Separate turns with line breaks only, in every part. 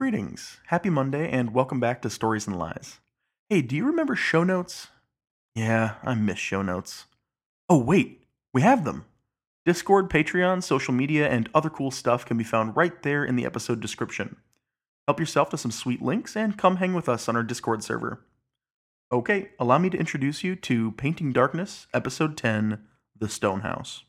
Greetings. Happy Monday and welcome back to Stories and Lies. Hey, do you remember show notes? Yeah, I miss show notes. Oh, wait, we have them. Discord, Patreon, social media, and other cool stuff can be found right there in the episode description. Help yourself to some sweet links and come hang with us on our Discord server. Okay, allow me to introduce you to Painting Darkness, Episode 10 The Stone House.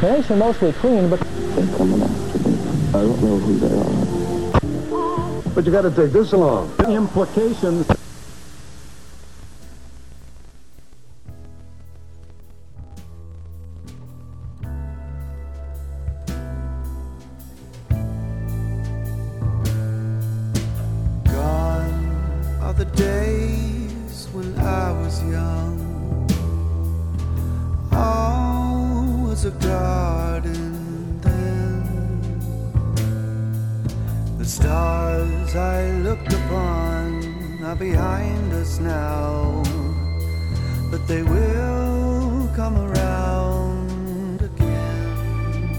Minks are mostly clean, but
They're coming after me. I don't know who they are.
But you gotta take this along. The implications.
Gone are the days when I was young. All was a garden then. The stars I looked upon are behind us now, but they will come around again.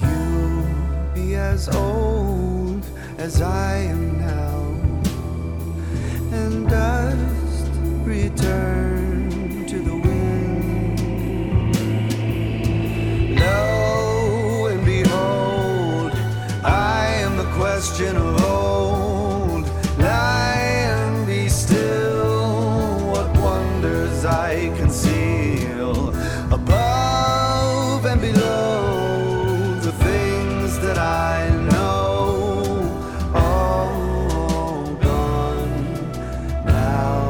You'll be as old as I am now, and dust return to the wind. Lo and behold, I am the question of old. Lie and be still, what wonders I conceal. Above and below, the things that I know, all gone now.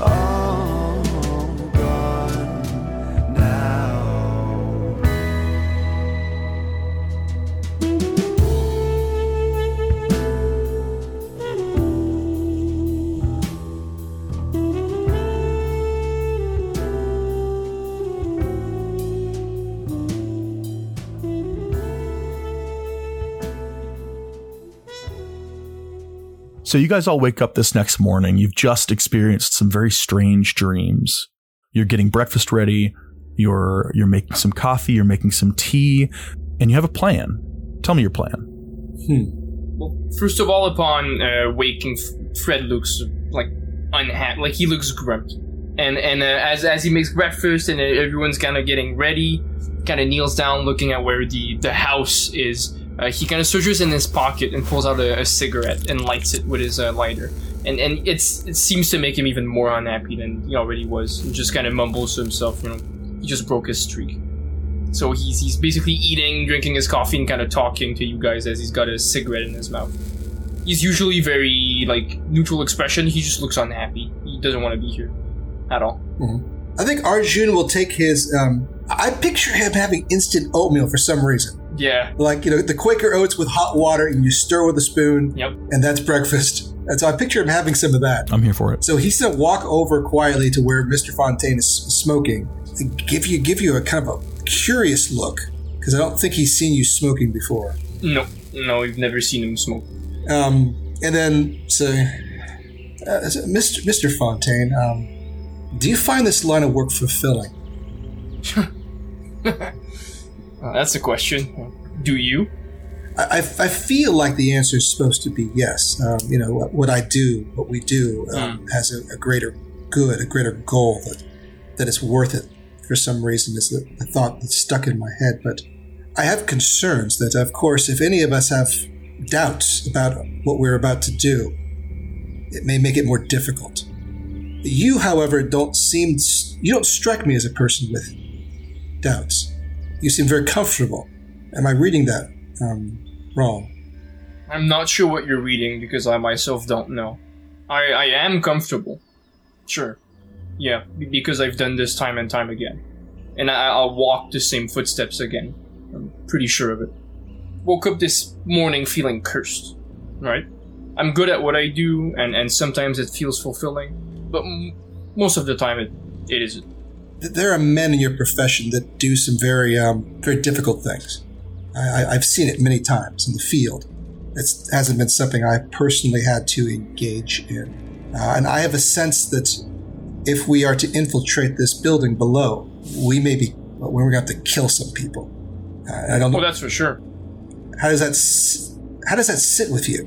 All gone now.
So you guys all wake up this next morning. You've just experienced some very strange dreams. You're getting breakfast ready. You're you're making some coffee. You're making some tea, and you have a plan. Tell me your plan.
Well, first of all, upon uh, waking, F- Fred looks like unhappy. Like he looks grumpy, and and uh, as as he makes breakfast and uh, everyone's kind of getting ready, kind of kneels down, looking at where the the house is. Uh, he kind of searches in his pocket and pulls out a, a cigarette and lights it with his uh, lighter, and and it's it seems to make him even more unhappy than he already was. He just kind of mumbles to himself, you know, he just broke his streak. So he's he's basically eating, drinking his coffee, and kind of talking to you guys as he's got a cigarette in his mouth. He's usually very like neutral expression. He just looks unhappy. He doesn't want to be here at all.
I think Arjun will take his. Um, I picture him having instant oatmeal for some reason.
Yeah.
Like, you know, the Quaker oats with hot water and you stir with a spoon,
Yep.
and that's breakfast. And so I picture him having some of that.
I'm here for it.
So he's going to walk over quietly to where Mr. Fontaine is smoking and give you, give you a kind of a curious look because I don't think he's seen you smoking before.
No. No, we've never seen him smoke.
Um, and then say, uh, so Mr. Mr. Fontaine, um, do you find this line of work fulfilling?
Uh, that's a question. Do you?
I, I feel like the answer is supposed to be yes. Um, you know, what, what I do, what we do, um, has a, a greater good, a greater goal that that is worth it. For some reason, is the, the thought that's stuck in my head. But I have concerns that, of course, if any of us have doubts about what we're about to do, it may make it more difficult. You, however, don't seem you don't strike me as a person with doubts. You seem very comfortable. Am I reading that um, wrong.
I'm not sure what you're reading because I myself don't know. I I am comfortable. Sure. Yeah, be- because I've done this time and time again, and I, I'll walk the same footsteps again. I'm pretty sure of it. Woke up this morning feeling cursed. Right. I'm good at what I do, and and sometimes it feels fulfilling, but m- most of the time it it isn't.
Th- There are men in your profession that do some very, um, very difficult things. I, I, I've seen it many times in the field. It hasn't been something I personally had to engage in, uh, and I have a sense that if we are to infiltrate this building below, we may be well, we're going to have to kill some people. Uh, I don't know
Well, Oh, that's for sure.
how does that s- how does that sit with you?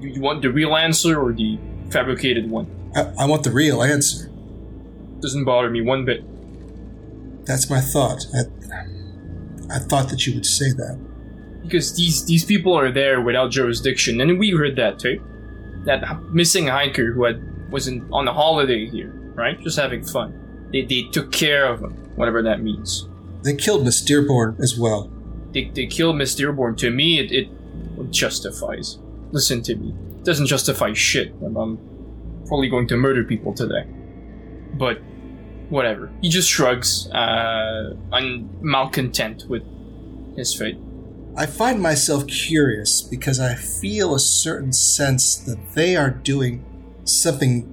You, you want the real answer or the fabricated one?
I, I want the real answer.
Doesn't bother me one bit.
That's my thought. I, I thought that you would say that.
because these these people are there without jurisdiction, and we heard that too. That h- missing hiker who had was in, on a holiday here, right? Just having fun. They, they took care of him, whatever that means.
They killed Miss Dearborn as well.
They, they killed Miss Dearborn. To me, it, it justifies. Listen to me. It doesn't justify shit. I'm, I'm probably going to murder people today. But whatever. He just shrugs, uh, un- malcontent with his fate.
I find myself curious because I feel a certain sense that they are doing something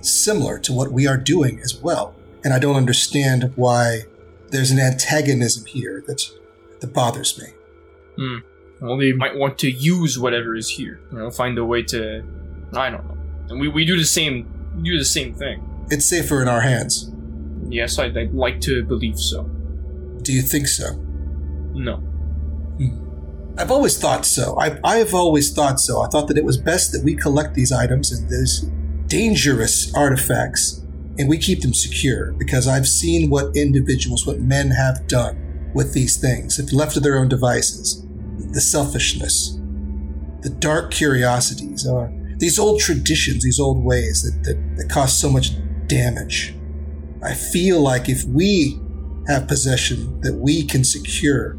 similar to what we are doing as well. And I don't understand why there's an antagonism here that that bothers me.
Well, they might want to use whatever is here. You know, find a way to. I don't know. And we, we do the same. We do the same thing.
It's safer in our hands.
Yes, I'd, I'd like to believe so.
Do you think so?
No.
I've always thought so. I've, I've always thought so. I thought that it was best that we collect these items and these dangerous artifacts and we keep them secure because I've seen what individuals, what men have done with these things if left to their own devices. The selfishness, the dark curiosities, or these old traditions, these old ways that, that, that cause so much damage. I feel like if we have possession that we can secure,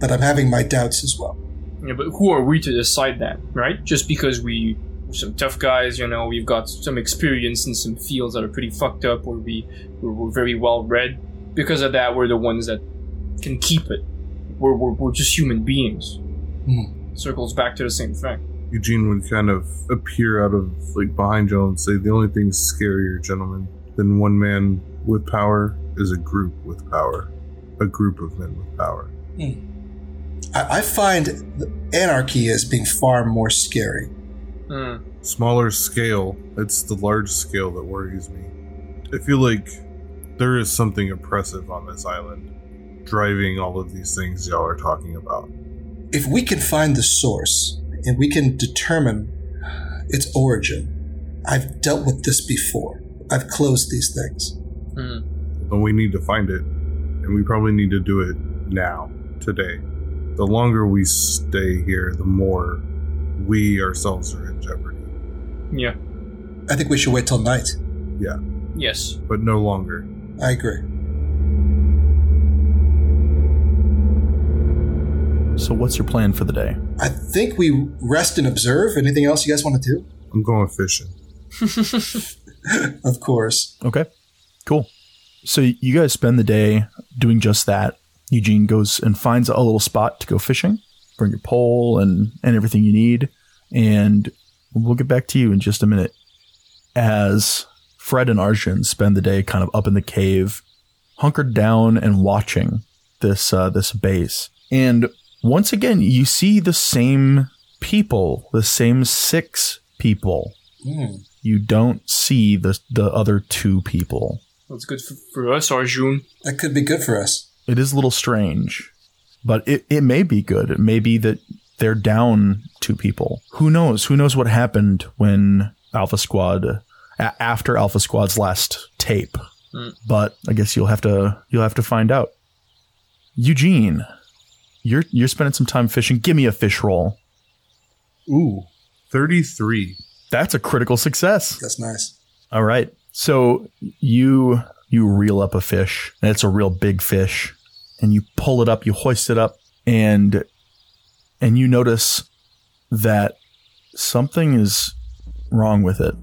but I'm having my doubts as well.
Yeah, but who are we to decide that, right? Just because we we're some tough guys, you know, we've got some experience in some fields that are pretty fucked up, or we we're, we're very well read. Because of that, we're the ones that can keep it. We're we're, we're just human beings. Circles back to the same thing.
Eugene would kind of appear out of like behind y'all and say, "The only thing scarier, gentlemen, than one man with power is a group with power, a group of men with power."
Hmm. I, I find th- anarchy as being far more scary.
Hmm.
Smaller scale, it's the large scale that worries me. I feel like there is something oppressive on this island, driving all of these things y'all are talking about.
If we can find the source and we can determine its origin, I've dealt with this before. I've closed these things.
Hmm.
Then we need to find it, and we probably need to do it now, today. The longer we stay here, the more we ourselves are in jeopardy.
Yeah.
I think we should wait till night.
Yes.
but no longer.
I agree.
So, what's your plan for the day?
I think we rest and observe. Anything else you guys want to do?
I'm going fishing.
Of course.
Okay, cool. So, you guys spend the day doing just that. Eugene goes and finds a little spot to go fishing. Bring your pole and, and everything you need. And we'll get back to you in just a minute. As Fred and Arjun spend the day kind of up in the cave, hunkered down and watching this uh, this base. And once again, you see the same people, the same six people. You don't see the the other two people.
That's good for, for us, Arjun.
That could be good for us.
It is a little strange, but it, it may be good. It may be that they're down two people. Who knows? Who knows what happened when Alpha Squad a- after Alpha Squad's last tape? But I guess you'll have to you'll have to find out. Eugene, you're you're spending some time fishing. Give me a fish roll.
Ooh, 33.
That's a critical success.
That's nice.
All right. So you you reel up a fish, and it's a real big fish, and you pull it up, you hoist it up, and and you notice that something is wrong with it.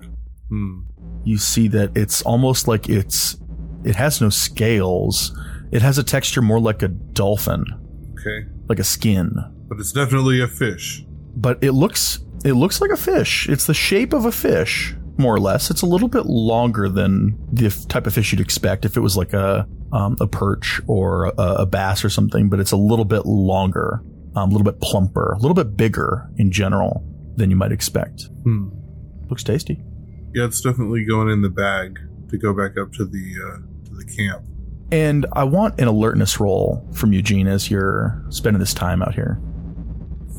Hmm.
You see that it's almost like it's it has no scales. It has a texture more like a dolphin,
Okay.
like a skin.
But it's definitely a fish.
But it looks it looks like a fish. It's the shape of a fish, more or less. It's a little bit longer than the f- type of fish you'd expect if it was like a um, a perch or a, a bass or something. But it's a little bit longer, um, a little bit plumper, a little bit bigger in general than you might expect.
Hmm.
Looks tasty.
Yeah, it's definitely going in the bag to go back up to the uh, to the camp.
And I want an alertness roll from Eugene as you're spending this time out here.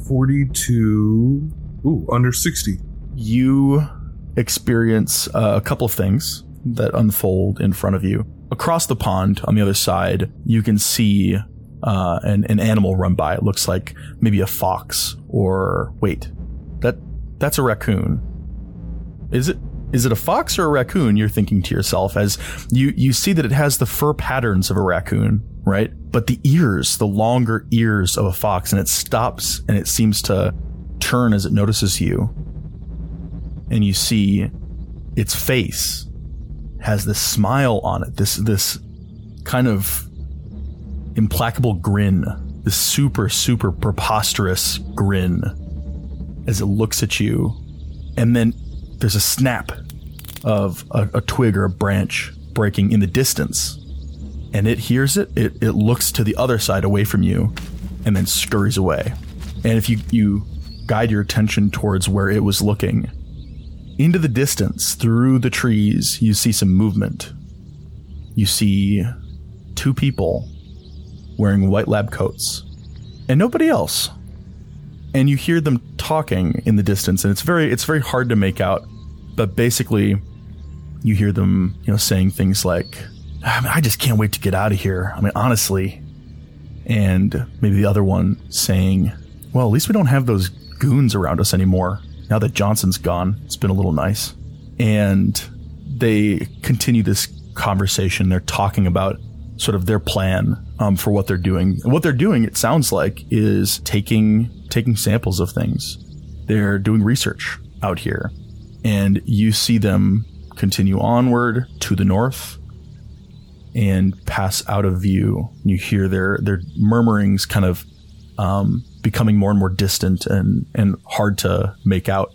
Forty-two. Ooh, under sixty.
you experience uh, a couple of things that unfold in front of you. Across the pond, on the other side, you can see uh, an, an animal run by. It looks like maybe a fox, or wait, that that's a raccoon. Is it? Is it a fox or a raccoon? You're thinking to yourself as you you see that it has the fur patterns of a raccoon, right? But the ears, the longer ears of a fox, and it stops and it seems to turn as it notices you and you see its face has this smile on it this this kind of implacable grin this super super preposterous grin as it looks at you and then there's a snap of a, a twig or a branch breaking in the distance and it hears it, it it looks to the other side away from you and then scurries away and if you you guide your attention towards where it was looking into the distance, through the trees, you see some movement. You see two people wearing white lab coats and nobody else. And you hear them talking in the distance and it's very it's very hard to make out, but basically you hear them, you know, saying things like I, mean, I just can't wait to get out of here. I mean, honestly. And maybe the other one saying, "Well, at least we don't have those goons around us anymore." now that Johnson's gone, it's been a little nice. And they continue this conversation. They're talking about sort of their plan um, for what they're doing. And what they're doing, it sounds like, is taking taking samples of things. They're doing research out here, and you see them continue onward to the north and pass out of view. You hear their their murmurings, kind of um, becoming more and more distant and, and hard to make out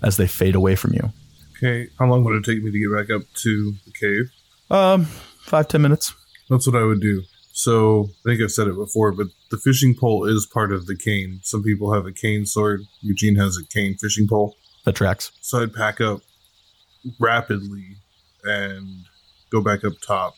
as they fade away from you.
Okay, how long would it take me to get back up to the cave?
Um, five, ten minutes.
That's what I would do. So I think I've said it before, but the fishing pole is part of the cane. Some people have a cane sword. Eugene has a cane fishing pole.
That tracks.
So I'd pack up rapidly and go back up top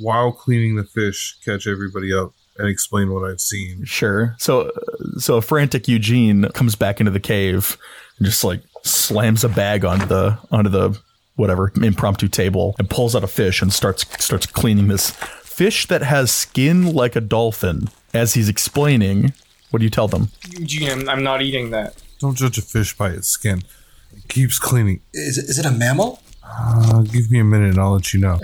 while cleaning the fish, catch everybody up, and explain what I've seen.
Sure. So, so a frantic Eugene comes back into the cave and just like slams a bag onto the onto the whatever impromptu table and pulls out a fish and starts starts cleaning this fish that has skin like a dolphin. As he's explaining, what do you tell them?
Eugene, I'm, I'm not eating that.
Don't judge a fish by its skin. It keeps cleaning.
Is it, is it a mammal?
Uh, give me a minute and I'll let you know.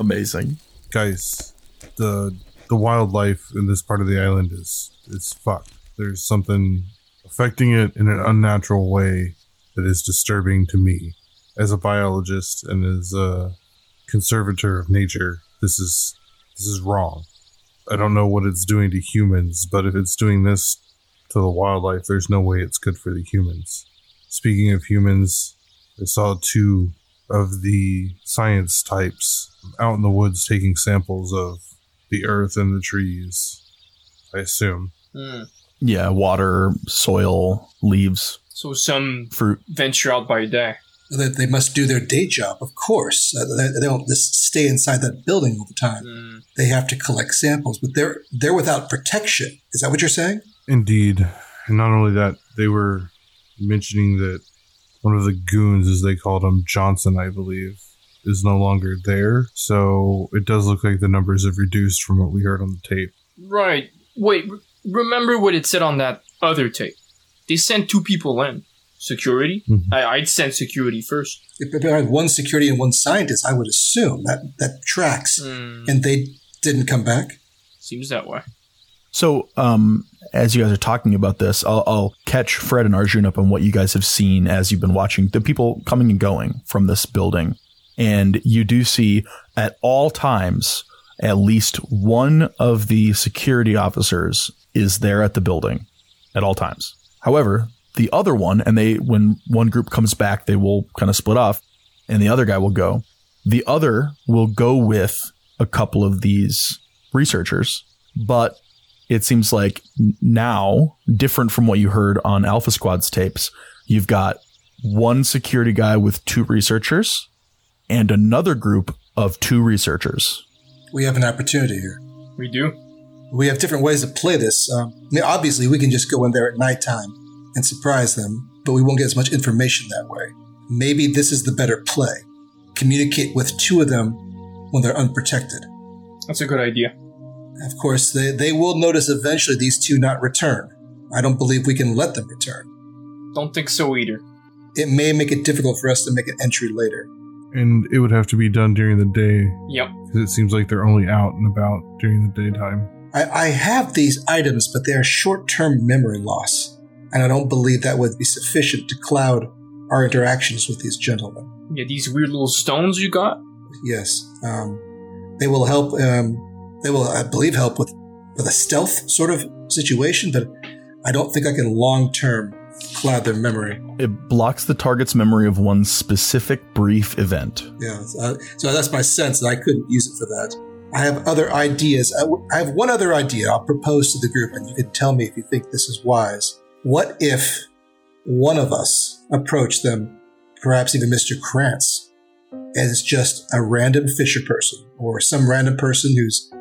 Amazing.
Guys, the the wildlife in this part of the island is is fucked. There's something affecting it in an unnatural way that is disturbing to me as a biologist and as a conservator of nature. This is this is wrong. I don't know what it's doing to humans, but if it's doing this to the wildlife, there's no way it's good for the humans. Speaking of humans, I saw two of the science types out in the woods taking samples of the earth and the trees. I assume.
Mm.
Yeah, water, soil, leaves,
So some
fruit.
venture out by day.
They, they must do their day job, of course. Uh, They, they don't just stay inside that building all the time.
Mm.
They have to collect samples, but they're they're without protection. Is that what you're saying?
Indeed. And not only that, they were mentioning that one of the goons, as they called him, Johnson, I believe, is no longer there. So it does look like the numbers have reduced from what we heard on the tape.
Right. Wait, re- remember what it said on that other tape? They sent two people in. Security?
Mhm.
I, I'd send security first.
If there are one security and one scientist, I would assume that that tracks.
Mm,
And they didn't come back.
seems that way.
So, um, as you guys are talking about this, I'll, I'll catch Fred and Arjun up on what you guys have seen as you've been watching the people coming and going from this building. And you do see at all times, at least one of the security officers is there at the building at all times. However, the other one, and they, when one group comes back, they will kind of split off and the other guy will go. The other will go with a couple of these researchers, but it seems like now, different from what you heard on Alpha Squad's tapes, you've got one security guy with two researchers and another group of two researchers.
We have an opportunity here.
We do.
We have different ways to play this. Um, I mean, obviously, we can just go in there at nighttime and surprise them, but we won't get as much information that way. Maybe this is the better play. Communicate with two of them when they're unprotected.
That's a good idea.
Of course, they, they will notice eventually these two not return. I don't believe we can let them return.
Don't think so either.
It may make it difficult for us to make an entry later.
And it would have to be done during the day
Yep.
because it seems like they're only out and about during the daytime.
I, I have these items, but they are short term memory loss, and I don't believe that would be sufficient to cloud our interactions with these gentlemen.
Yeah, these weird little stones you got.
Yes, um, they will help. Um, they will, I believe, help with with a stealth sort of situation, but I don't think I can long term cloud their memory.
It blocks the target's memory of one specific brief event.
Yeah, uh, so that's my sense, and I couldn't use it for that. I have other ideas. I, w- I have one other idea I'll propose to the group, and you can tell me if you think this is wise. What if one of us approached them, perhaps even Mr. Krantz, as just a random fisher person or some random person who's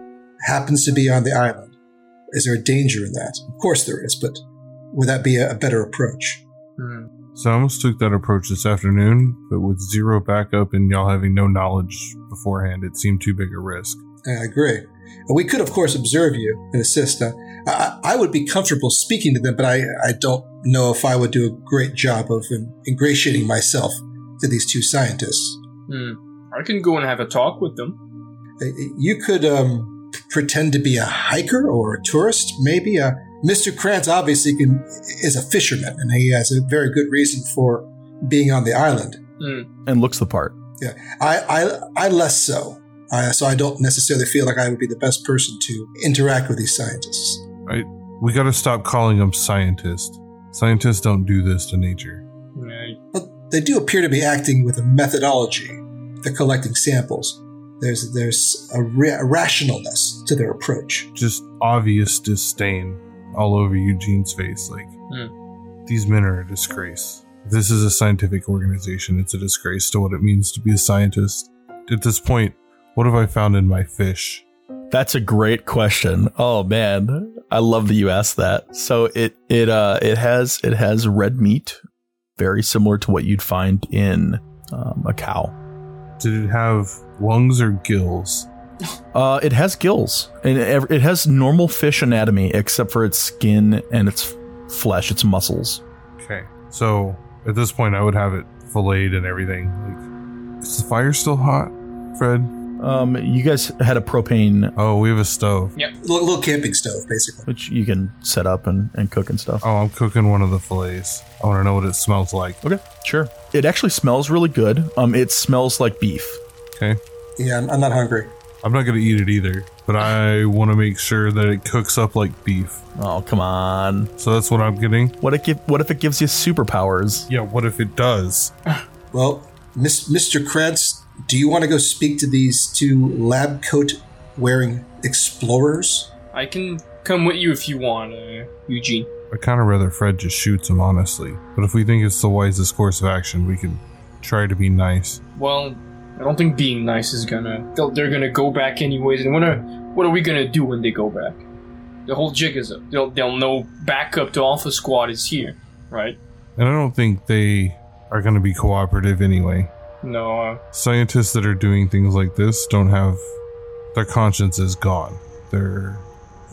happens to be on the island? Is there a danger in that? Of course there is, but would that be a, a better approach?
Hmm.
So I almost took that approach this afternoon, but with zero backup and y'all having no knowledge beforehand, it seemed too big a risk.
I agree. And we could, of course, observe you and assist. Uh, I, I would be comfortable speaking to them, but I, I don't know if I would do a great job of in- ingratiating myself to these two scientists.
Hmm. I can go and have a talk with them.
Uh, You could um, pretend to be a hiker or a tourist, maybe. Uh, Mr. Krantz obviously can, is a fisherman, and he has a very good reason for being on the island.
Hmm.
And looks the part.
I, I, I less so. Uh, so I don't necessarily feel like I would be the best person to interact with these scientists.
We gotta stop calling them scientists. Scientists don't do this to nature.
Yeah,
But they do appear to be acting with a methodology. They're collecting samples. There's there's a, ra- a rationalness to their approach.
Just obvious disdain all over Eugene's face. Like, these men are a disgrace. If This is a scientific organization. It's a disgrace to what it means to be a scientist. At this point, what have I found in my fish?
That's a great question. Oh man, I love that you asked that. So it it uh it has it has red meat, very similar to what you'd find in um, a cow.
Did it have lungs or gills?
Uh, it has gills, and it, it has normal fish anatomy except for its skin and its flesh, its muscles.
Okay. So at this point, I would have it filleted and everything. Like, is the fire still hot, Fred?
Um, you guys had a propane,
Oh, we have a stove.
Little, little camping stove, basically.
which you can set up and, and cook and stuff.
Oh, I'm cooking one of the fillets. I want to know what it smells like.
Okay, sure. It actually smells really good. Um, it smells like beef.
Okay.
Yeah, I'm, I'm not hungry.
I'm not going to eat it either, but I want to make sure that it cooks up like beef.
Oh come on!
So that's what I'm getting.
What if give, what if it gives you superpowers?
Yeah, what if it does?
Well, Miss, Mr. Krantz, do you want to go speak to these two lab coat wearing explorers?
I can come with you if you want, uh, Eugene.
I kind of rather Fred just shoots him, honestly. But if we think it's the wisest course of action, we can try to be nice.
Well, I don't think being nice is gonna. They'll, they're gonna go back anyways, and what are what are we gonna do when they go back? The whole jig is up. They'll they'll know backup to Alpha Squad is here, right?
And I don't think they are going to be cooperative anyway.
No, uh,
Scientists that are doing things like this don't have their conscience is gone. They're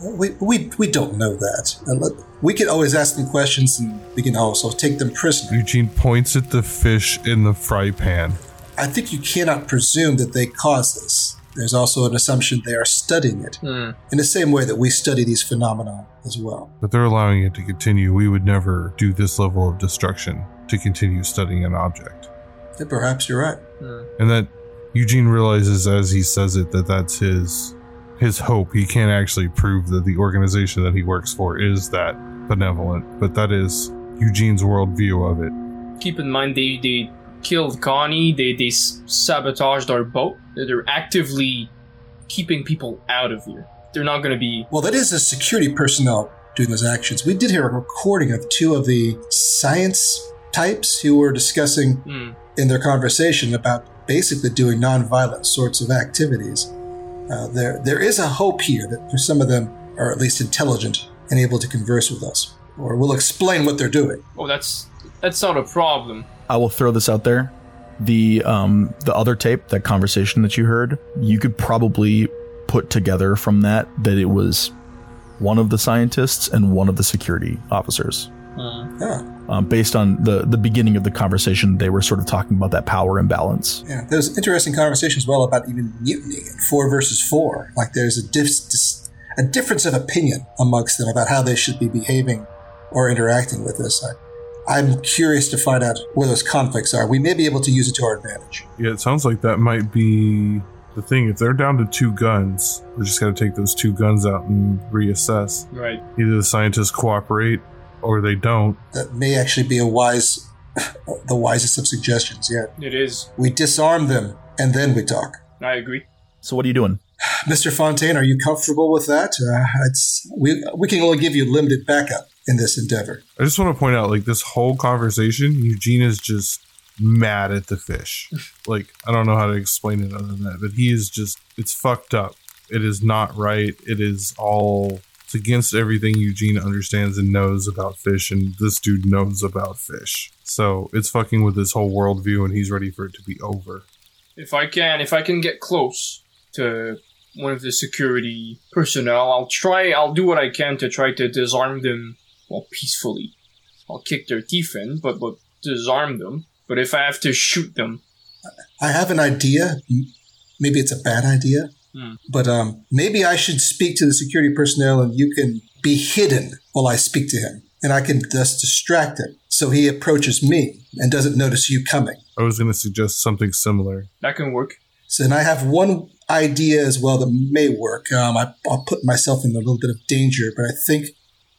Uh, We, we, we don't know that. Uh, let- We can always ask them questions and we can also take them prisoner.
Eugene points at the fish in the fry pan.
I think you cannot presume that they caused this. There's also an assumption they are studying it.
hmm.
in the same way that we study these phenomena as well.
But they're allowing it to continue. We would never do this level of destruction to continue studying an object.
Yeah, perhaps you're right.
And that Eugene realizes as he says it that that's his his hope. He can't actually prove that the organization that he works for is that benevolent, but that is Eugene's worldview of it.
keep in mind they they killed Connie. They they s- sabotaged our boat. They're- They're actively keeping people out of here. They're not gonna be.
Well, that is the security personnel doing those actions. We did hear a recording of two of the science types who were discussing
Hmm.
in their conversation about basically doing nonviolent sorts of activities. Uh, there, there is a hope here that for some of them are at least intelligent and able to converse with us, or will explain what they're doing.
Oh, that's that's not a problem.
I will throw this out there. The um the other tape, that conversation that you heard, you could probably put together from that that it was one of the scientists and one of the security officers.
Ah,
Um, based on the the beginning of the conversation, they were sort of talking about that power imbalance.
yeah. There's an interesting conversation as well about even mutiny and four versus four. Like there's a, dis- dis- a difference of opinion amongst them about how they should be behaving or interacting with this. I, I'm curious to find out where those conflicts are. We may be able to use it to our advantage.
Yeah, it sounds like that might be the thing. If they're down to two guns, we just got to take those two guns out and reassess.
Right.
Either the scientists cooperate or they don't.
That may actually be a wise, the wisest of suggestions. Yeah.
It is.
We disarm them and then we talk.
I agree.
So what are you doing?
Mr. Fontaine, are you comfortable with that? Uh, it's, we, we can only give you limited backup in this endeavor.
I just want to point out, like this whole conversation, Eugene is just mad at the fish. Like I don't know how to explain it other than that, but he is just—it's fucked up. It is not right. It is all—it's against everything Eugene understands and knows about fish, and this dude knows about fish. So it's fucking with his whole worldview, and he's ready for it to be over.
If I can, if I can get close to one of the security personnel, I'll try. I'll do what I can to try to disarm them, well, peacefully. I'll kick their teeth in, but but disarm them. But if I have to shoot them,
I have an idea. M- Maybe it's a bad idea,
Hmm.
but um, maybe I should speak to the security personnel and you can be hidden while I speak to him. And I can thus distract him so he approaches me and doesn't notice you coming.
I was going to suggest something similar.
that can work.
So, and I have one idea as well that may work. Um, I, I'll put myself in a little bit of danger, but I think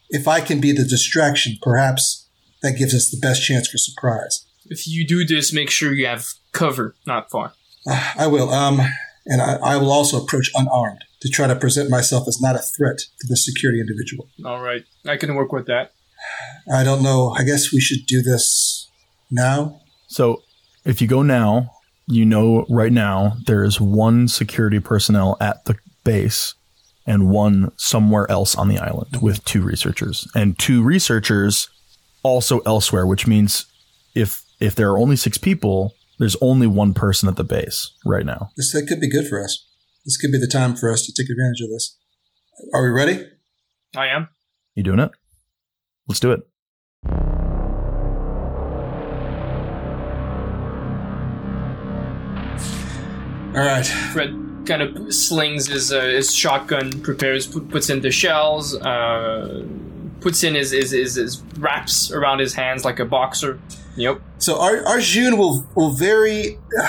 if I can be the distraction, perhaps that gives us the best chance for surprise.
If you do this, make sure you have cover, not far.
Ah, I will. Um, and I, I will also approach unarmed to try to present myself as not a threat to the security individual.
All right, I can work with that.
I don't know. I guess we should do this now.
So if you go now, you know right now there is one security personnel at the base and one somewhere else on the island with two researchers and two researchers also elsewhere, which means if if there are only six people, there's only one person at the base right now.
This that could be good for us. This could be the time for us to take advantage of this. Are we ready?
I am.
You doing it? Let's do it.
All right.
Fred kind of slings his, uh, his shotgun, prepares, put, puts in the shells, uh, puts in his, his, his, his wraps around his hands like a boxer. Yep.
So Ar- Arjun will will very uh,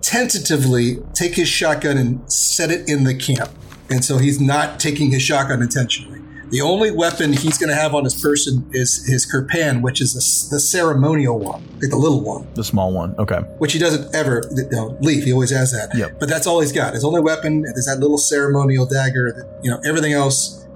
tentatively take his shotgun and set it in the camp, and so he's not taking his shotgun intentionally. The only weapon he's going to have on his person is his kirpan, which is the, s- the ceremonial one, like the little one,
The small one. Okay.
which he doesn't ever you know, leave. He always has that.
Yep.
But that's all he's got. His only weapon is that little ceremonial dagger. That, you know, everything else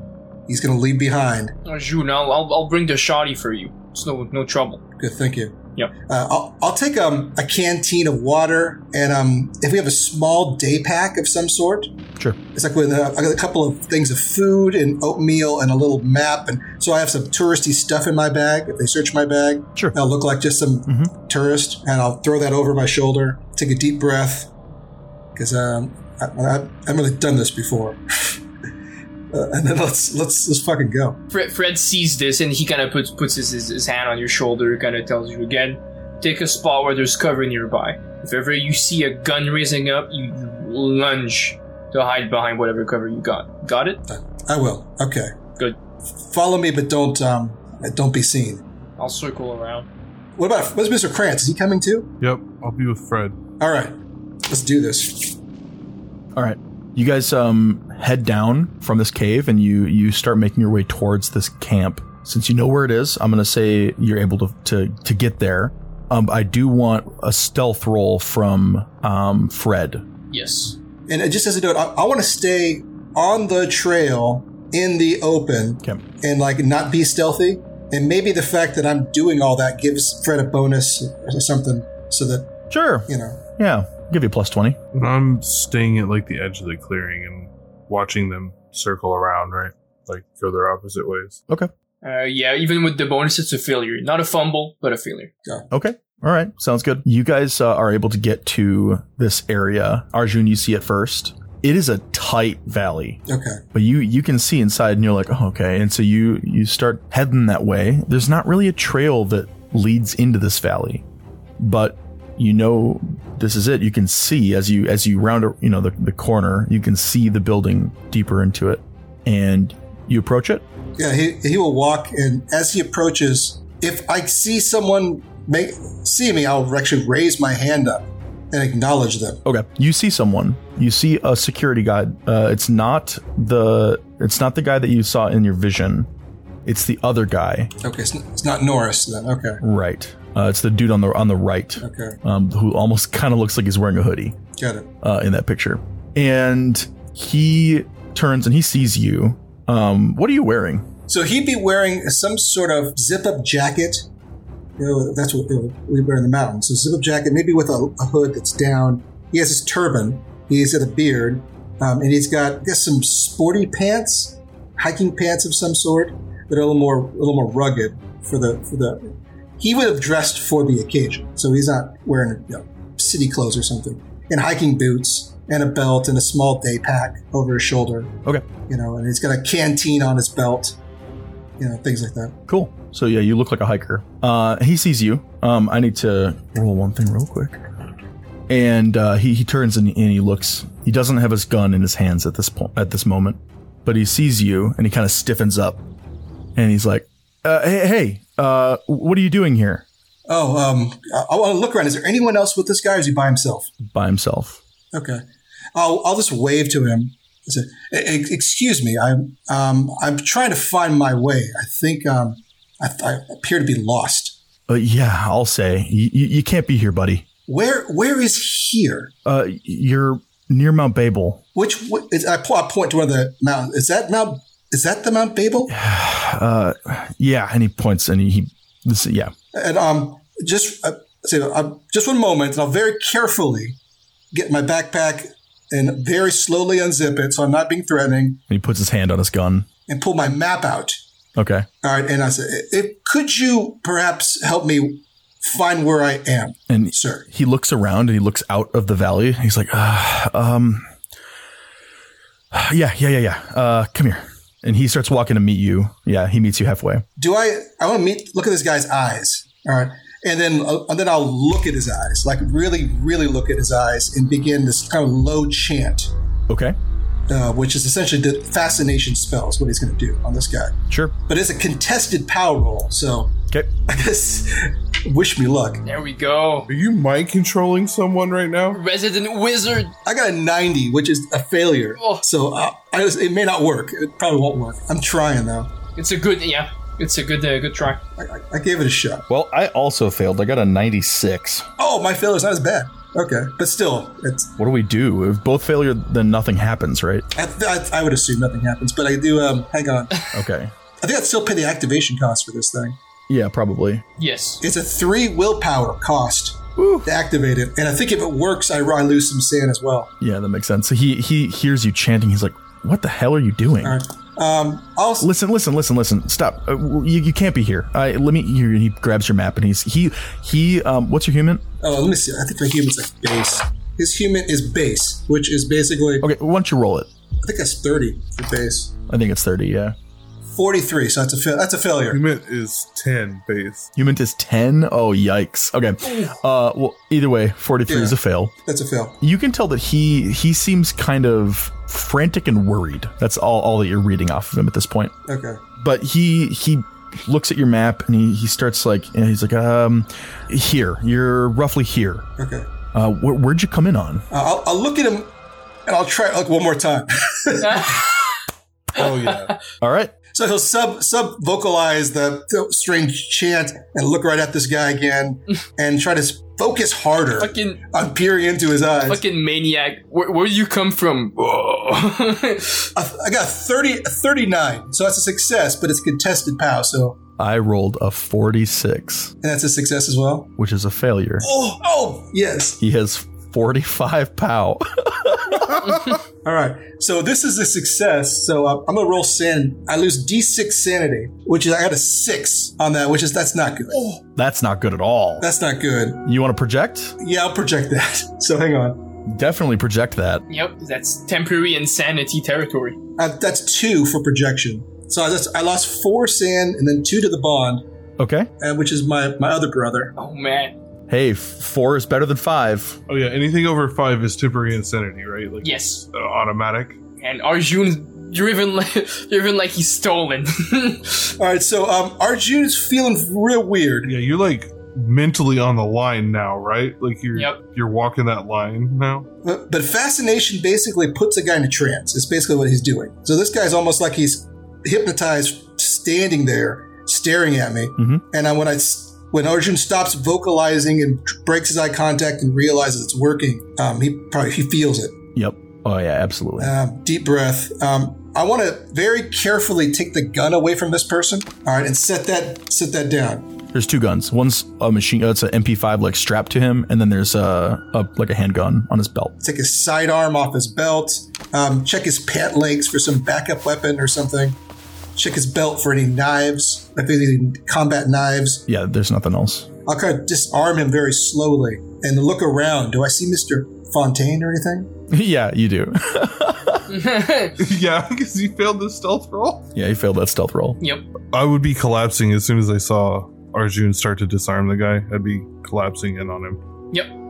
he's going to leave behind.
Uh, June, I'll, I'll, I'll bring the shotty for you. It's no, no trouble.
Good, thank you.
Yep.
Uh, I'll, I'll take um, a canteen of water, and um, if we have a small day pack of some sort,
Sure.
it's like with uh, I got a couple of things of food and oatmeal and a little map, and so I have some touristy stuff in my bag. If they search my bag,
Sure. Mm-hmm.
I'll look like just some tourist, and I'll throw that over my shoulder. Take a deep breath, because um, I, I, I've really done this before. uh, and then let's let's let's fucking go.
Fred, Fred sees this and he kind of puts, puts his, his, his hand on your shoulder, kind of tells you again take a spot where there's cover nearby. If ever you see a gun raising up, you lunge to hide behind whatever cover you got. Got it?
I will. Okay.
Good.
F- Follow me, but don't um, don't be seen.
I'll circle around.
What about what's Mr. Krantz? Is he coming too?
Yep, I'll be with Fred.
All right, let's do this.
All right. You guys um, head down from this cave and you you start making your way towards this camp. Since you know where it is, I'm going to say you're able to to, to get there. Um, I do want a stealth roll from um, Fred.
Yes.
And uh, just as a note, I, I want to stay on the trail in the open
Okay.
and like not be stealthy. And maybe the fact that I'm doing all that gives Fred a bonus or something so that,
Sure.
you know,
Yeah. Give you a plus 20.
And I'm staying at like the edge of the clearing and watching them circle around, right? Like go their opposite ways.
Uh, yeah, even with the bonus, it's a failure. Not a fumble, but a failure.
Okay. All right. Sounds good. You guys uh, are able to get to this area. Arjun, you see it first. It is a tight valley,
okay.
but you you can see inside, and you're like, oh, okay. And so you you start heading that way. There's not really a trail that leads into this valley, but you know this is it. You can see as you as you round a, you know the, the corner, you can see the building deeper into it, and you approach it.
Yeah, he, he will walk, and as he approaches, if I see someone make, see me, I'll actually raise my hand up and acknowledge them.
Okay. You see someone. You see a security guard. Uh, it's not the it's not the guy that you saw in your vision. It's the other guy.
Okay, it's not, it's not Norris then. Okay,
Right. Uh, it's the dude on the on the right,
okay,
um, who almost kind of looks like he's wearing a hoodie
got it.
uh, in that picture. And he turns and he sees you. Um, what are you wearing?
So he'd be wearing some sort of zip-up jacket. You know, that's what you know, we wear in the mountains. A zip-up jacket, maybe with a, a hood that's down. He has his turban. He's got a beard, um, and he's got I guess some sporty pants, hiking pants of some sort, but a little more a little more rugged for the for the. He would have dressed for the occasion, so he's not wearing you know, city clothes or something. And hiking boots and a belt and a small day pack over his shoulder.
Okay.
You know, and he's got a canteen on his belt you know, things like that.
Cool. So yeah, you look like a hiker. Uh, he sees you. Um, I need to roll one thing real quick. And uh, he he turns and, and he looks. He doesn't have his gun in his hands at this point at this moment, but he sees you and he kind of stiffens up, and he's like, uh, "Hey, hey, uh, what are you doing here
Oh, um, I, I want to look around. Is there anyone else with this guy, or is he by himself?
by himself?"
Okay, I'll, I'll just wave to him. I said, "E- e- "Excuse me, I'm um, I'm trying to find my way. I think um, I, I appear to be lost.
Uh, yeah, I'll say you, you, you can't be here, buddy.
Where where is here?
Uh, you're near Mount Babel.
Which wh- is, I, po- I point to one of the mountains. Is that Mount? Is that the Mount Babel?
Uh, yeah, and he points and he, he this, yeah.
And um, just uh, say, uh, just one moment, and I'll very carefully get my backpack and very slowly unzip it, so I'm not being threatening,
And he puts his hand on his gun.
and pull my map out.
Okay.
All right, and I said, "If- "Could you perhaps help me find where I am,
And
sir?"
he looks around and he looks out of the valley. He's like, uh, um, yeah, yeah, yeah, yeah. Uh, come here. And he starts walking to meet you. Yeah, he meets you halfway.
Do I? I want to meet. Look at this guy's eyes. All right, and then uh, and then I'll look at his eyes, like really, really look at his eyes, and begin this kind of low chant,
Okay,
uh, which is essentially the fascination spell is what he's going to do on this guy.
sure.
But it's a contested power roll, so
Okay.
I guess wish me luck.
There we go.
Are you mind controlling someone right now?
Resident wizard.
I got a 90, which is a failure.
Oh.
So uh, I was, it may not work. It probably won't work. I'm trying though.
It's a good yeah. It's a good uh, good try.
I, I, I gave it a shot.
Well, I also failed. I got a 96.
Oh, my failure's not as bad. Okay, but still, it's
What do we do? If both failure, then nothing happens, right?
I, I, I would assume nothing happens. But I do. Um, hang on, I
Okay.
think I'd still pay the activation cost for this thing.
Yeah, probably.
Yes.
It's a three willpower cost to activate it, and I think if it works, I, I lose some sand as well.
Yeah, that makes sense. So he he hears you chanting. He's like, "What the hell are you doing?"
All right. Um, I'll s-
Listen, listen, listen, listen. Stop. Uh, you, you can't be here. I let me. Here, he grabs your map and he's he he. Um, what's your human?
oh, let me see. I think my human's like base. His human is base, which is basically
Okay, why don't you roll it?
I think that's thirty for base.
I think it's thirty. Yeah,
Forty three. So that's a fa- that's a failure.
Commit is 10 base.
human is ten. Oh yikes. Okay. Uh, well, either way, forty three is
Yeah.
a fail.
That's a fail.
You can tell that he he seems kind of frantic and worried. That's all all that you're reading off of him at this point.
Okay.
but he he looks at your map and he, he starts like and he's like um here you're roughly here
Okay.
uh wh- where'd you come in on
Uh, I'll, I'll look at him, and I'll try it like one more time.
Oh, yeah.
all right
So he'll sub sub vocalize the, the strange chant and look right at this guy again and try to s- focus harder
Fucking
on peering into his eyes.
fucking maniac. Where where you come from? Whoa.
I, I got a 30, a 39, so that's a success, but it's contested POW, so
I rolled a 46,
And that's a success as well.
which is a failure.
Oh, oh, yes.
He has 45 pow.
All right. So this is a success. So uh, I'm going to roll sin. I lose D6 sanity, which is, I got a six on that, which is, that's not good.
That's not good at all.
That's not good.
You want to project?
Yeah, I'll project that. So hang on.
Definitely project that.
Yep, that's temporary insanity territory.
Uh, that's two for projection. So I, just, I lost four sin and then two to the bond,
Okay.
uh, which is my, my other brother.
Oh man,
Hey, f- four is better than five.
Oh yeah, anything over five is temporary insanity, right? Like
yes.
uh, automatic.
And Arjun driven like driven like he's stolen.
All right. So um, Arjun's feeling real weird.
Yeah, you're like mentally on the line now, right? Like you're
Yep.
you're walking that line now.
But, but fascination basically puts a guy in a trance. It's basically what he's doing. So this guy's almost like he's hypnotized, standing there, staring at me.
Mhm.
And I, when I s- when Arjun stops vocalizing and breaks his eye contact and realizes it's working, um, he probably he feels it.
Yep. Oh, yeah, absolutely.
Um, deep breath. Um, I want to very carefully take the gun away from this person. All right, and set that set that down.
There's two guns. One's a machine. Uh, it's an MP5 like strapped to him, and then there's a, a like a handgun on his belt.
Take his sidearm off his belt. Um, check his pant legs for some backup weapon or something. Check his belt for any knives, like any combat knives.
Yeah, there's nothing else.
I'll kind of disarm him very slowly and look around. Do I see Mister Fontaine or anything?
yeah, you do.
yeah, because you failed the stealth roll.
yeah, you failed that stealth roll.
yep.
I would be collapsing as soon as I saw Arjun start to disarm the guy. I'd be collapsing in on him.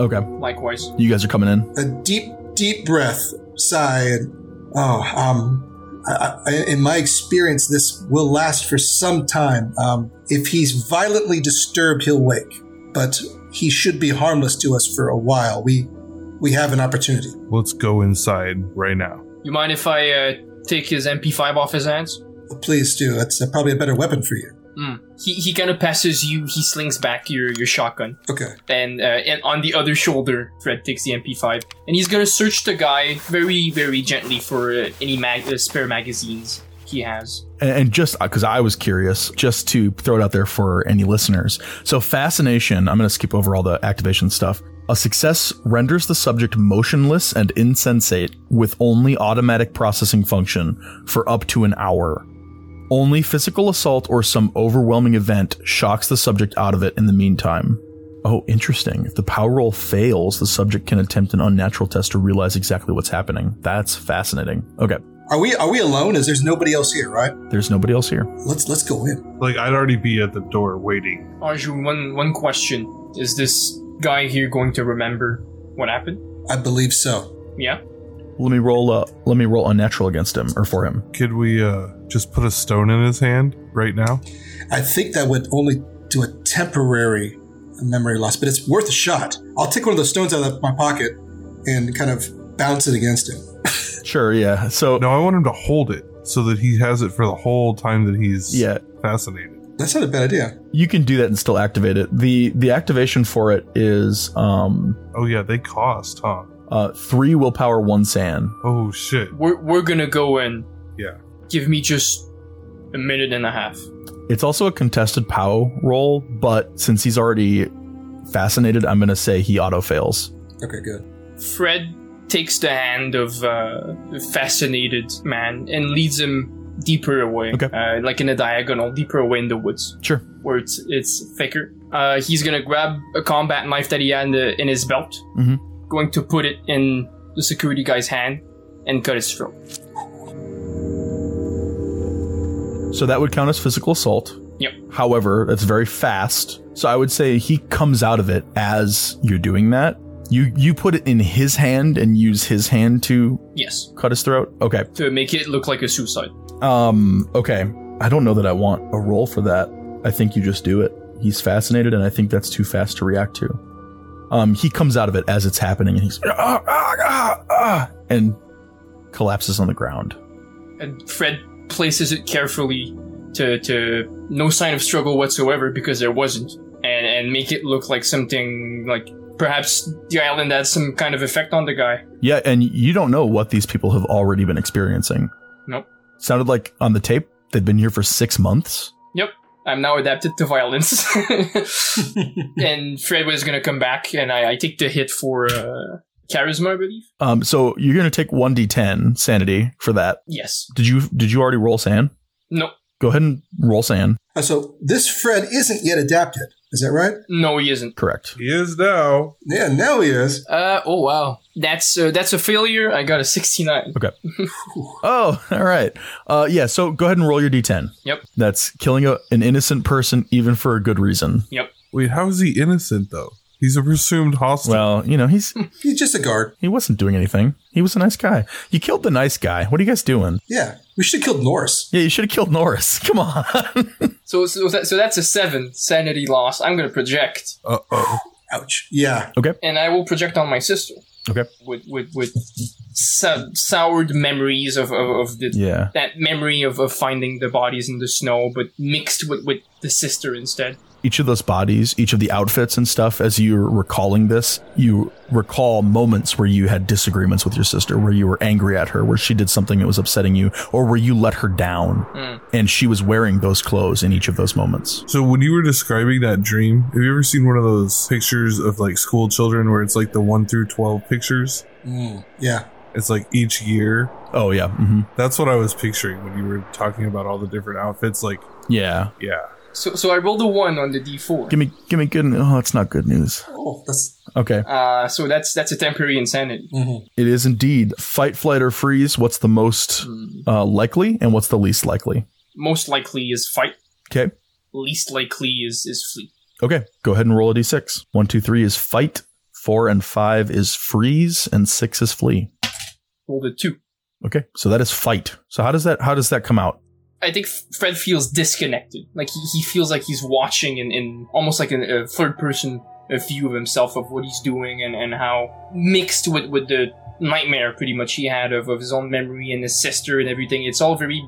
Okay,
Likewise.
you guys are coming in.
A deep, deep breath, sigh, and oh, um, I, I, in my experience, this will last for some time. Um, if he's violently disturbed, he'll wake, but he should be harmless to us for a while. We we have an opportunity.
Let's go inside right now.
You mind if I uh, take his MP5 off his hands?
Please do. That's uh, probably a better weapon for you.
Mm. He he kind of passes you. He slings back your your shotgun,
Okay.
and uh, and on the other shoulder, Fred takes the MP5, and he's gonna search the guy very very gently for uh, any mag- uh, spare magazines he has.
and, and just because I was curious, just to throw it out there for any listeners. So, fascination, I'm going to skip over all the activation stuff. A success renders the subject motionless and insensate with only automatic processing function for up to an hour. Only physical assault or some overwhelming event shocks the subject out of it in the meantime. Oh, interesting. If the power roll fails, the subject can attempt an unnatural test to realize exactly what's happening. That's fascinating. Okay,
Are we are we alone? Is there's nobody else here? Right.
there's nobody else here.
Let's let's go in.
Like I'd already be at the door waiting.
Arjun, one one question: Is this guy here going to remember what happened?
I believe so.
Yeah.
Let me roll. Uh, let me roll unnatural against him or for him.
Could we uh just put a stone in his hand right now?
I think that would only do a temporary memory loss, but it's worth a shot. I'll take one of those stones out of my pocket and kind of bounce it against him.
Sure. Yeah. So
No, I want him to hold it so that he has it for the whole time that he's
yeah,
fascinated.
That's not a bad idea.
you can do that and still activate it. the The activation for it is um,
Oh yeah, they cost, huh?
uh, three willpower, one sand.
Oh shit.
We're we're gonna go in.
Yeah.
Give me just a minute and a half.
It's also a contested POW roll, but since he's already fascinated, I'm going to say he auto fails.
Okay, good.
Fred takes the hand of uh, the fascinated man and leads him deeper away,
Okay.
uh, like in a diagonal, deeper away in the woods
Sure.
where it's it's thicker. Uh, he's gonna grab a combat knife that he had in, the, in his belt,
Mhm.
going to put it in the security guy's hand and cut his throat.
So that would count as physical assault.
Yep.
However, that's very fast. So I would say he comes out of it as you're doing that. You you put it in his hand and use his hand to
Yes,
cut his throat. Okay.
to make it look like a suicide.
Um, okay. I don't know that I want a roll for that. I think you just do it. He's fascinated, and I think that's too fast to react to. Um, he comes out of it as it's happening, and he's ah, ah, ah, ah, and collapses on the ground.
And Fred places it carefully to, to no sign of struggle whatsoever because there wasn't, and, and make it look like something like perhaps the island had some kind of effect on the guy.
Yeah, and you don't know what these people have already been experiencing.
Nope.
Sounded like on the tape they've been here for six months.
Yep. I'm now adapted to violence. and Fred was gonna come back, and I, I take the hit for uh, charisma, I believe.
Um, so you're going to take 1d10 sanity for that.
Yes.
Did you did you already roll sand?
No.
Go ahead and roll sand.
Uh, So this Fred isn't yet adapted. Is that right?
No, he isn't.
Correct.
He is now.
Yeah, now he is.
Uh oh wow. That's uh, that's a failure. I got a 69.
Oh, all right. Uh, yeah. So go ahead and roll your d10.
Yep.
That's killing a, an innocent person, even for a good reason.
Wait, how is he innocent though? He's a presumed hostile.
Well, you know he's
He's just a guard.
he wasn't doing anything. He was a nice guy. You killed the nice guy. What are you guys doing?
Yeah, we should have killed Norris.
Yeah, you should have killed Norris. Come on.
So so, that, so that's a seven sanity loss. I'm gonna project,
uh oh.
Ouch. Yeah.
and I will project on my sister.
Okay.
With with with sou- soured memories of of, of the,
yeah.
that memory of, of finding the bodies in the snow, but mixed with with the sister instead.
each of those bodies, each of the outfits and stuff, as you're recalling this, you recall moments where you had disagreements with your sister, where you were angry at her, where she did something that was upsetting you, or where you let her down. And she was wearing those clothes in each of those moments.
So when you were describing that dream, have you ever seen one of those pictures of like school children where it's like the one through twelve pictures?
Mm, yeah.
It's like each year.
Oh, yeah. hmm
That's what I was picturing when you were talking about all the different outfits. Like,
Yeah.
yeah,
So so I rolled a one on the d4.
Give me, give me good. Oh, it's not good news.
Oh, that's mm-hmm.
Okay.
Uh, so that's that's a temporary insanity.
It is indeed fight, flight, or freeze. What's the most uh, likely and what's the least likely?
Most likely is fight.
Okay.
Least likely is is flee.
Okay, go ahead and roll a d6. One, two, three is fight. Four and five is freeze, and six is flee.
Rolled a two.
Okay, so that is fight. So how does that how does that come out?
I think F- Fred feels disconnected. Like he, he feels like he's watching in, in almost like an, a third person uh view of himself of what he's doing and, and how mixed with, with the nightmare pretty much he had of, of his own memory and his sister and everything. It's all very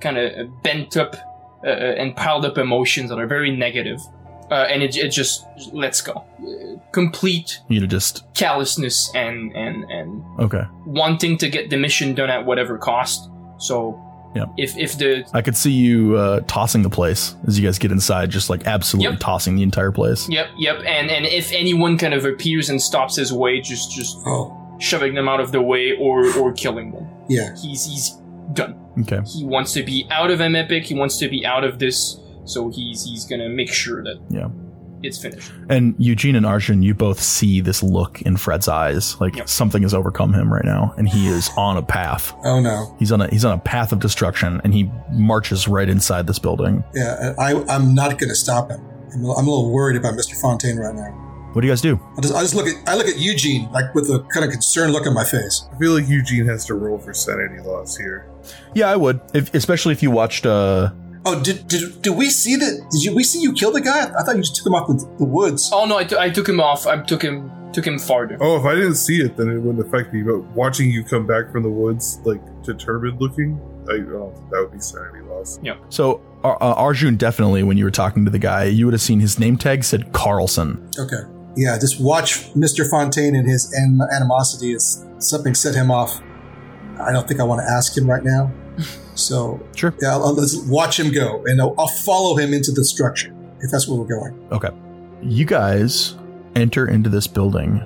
kind of bent up uh, uh, and piled up emotions that are very negative. Uh, and it, it just lets go. Uh, complete
You know, just
callousness and, and, and
okay.
wanting to get the mission done at whatever cost. So
Yeah.
if, if the
I could see you uh, tossing the place as you guys get inside, just like absolutely
Yep.
tossing the entire place.
Yep, yep. And and if anyone kind of appears and stops his way, just just
oh,
shoving them out of the way or or killing them.
yeah.
He's he's done.
Okay,
He wants to be out of M Epic. He wants to be out of this. So he's he's gonna make sure that
Yeah.
it's finished.
and Eugene and Arshan, you both see this look in Fred's eyes, like
Yep.
something has overcome him right now, and he is on a path.
Oh no.
He's on a he's on a path of destruction, and he marches right inside this building.
Yeah, I, I- I'm not going to stop him. I'm a, I'm a little worried about Mr. Fontaine right now.
What do you guys do?
I just, I just look at I look at Eugene like with a kind of concerned look on my face.
I feel like Eugene has to roll for sanity loss here.
Yeah, I would, if, especially if you watched. Uh,
Oh, did did, did we see that? Did you we see you kill the guy? I thought you just took him off the, the woods.
Oh no, I, t- I took him off. I took him took him farther.
Oh, if I didn't see it, then it wouldn't affect me. But watching you come back from the woods, like determined looking, I don't think that would be sanity loss.
so Ar- uh, Arjun definitely, when you were talking to the guy, you would have seen his name tag said Carlson.
Okay. Yeah, just watch Mr. Fontaine and his an- animosity is something set him off. I don't think I want to ask him right now. So
Sure.
yeah, I'll, I'll just watch him go, and I'll, I'll follow him into the structure if that's where we're going.
You guys enter into this building.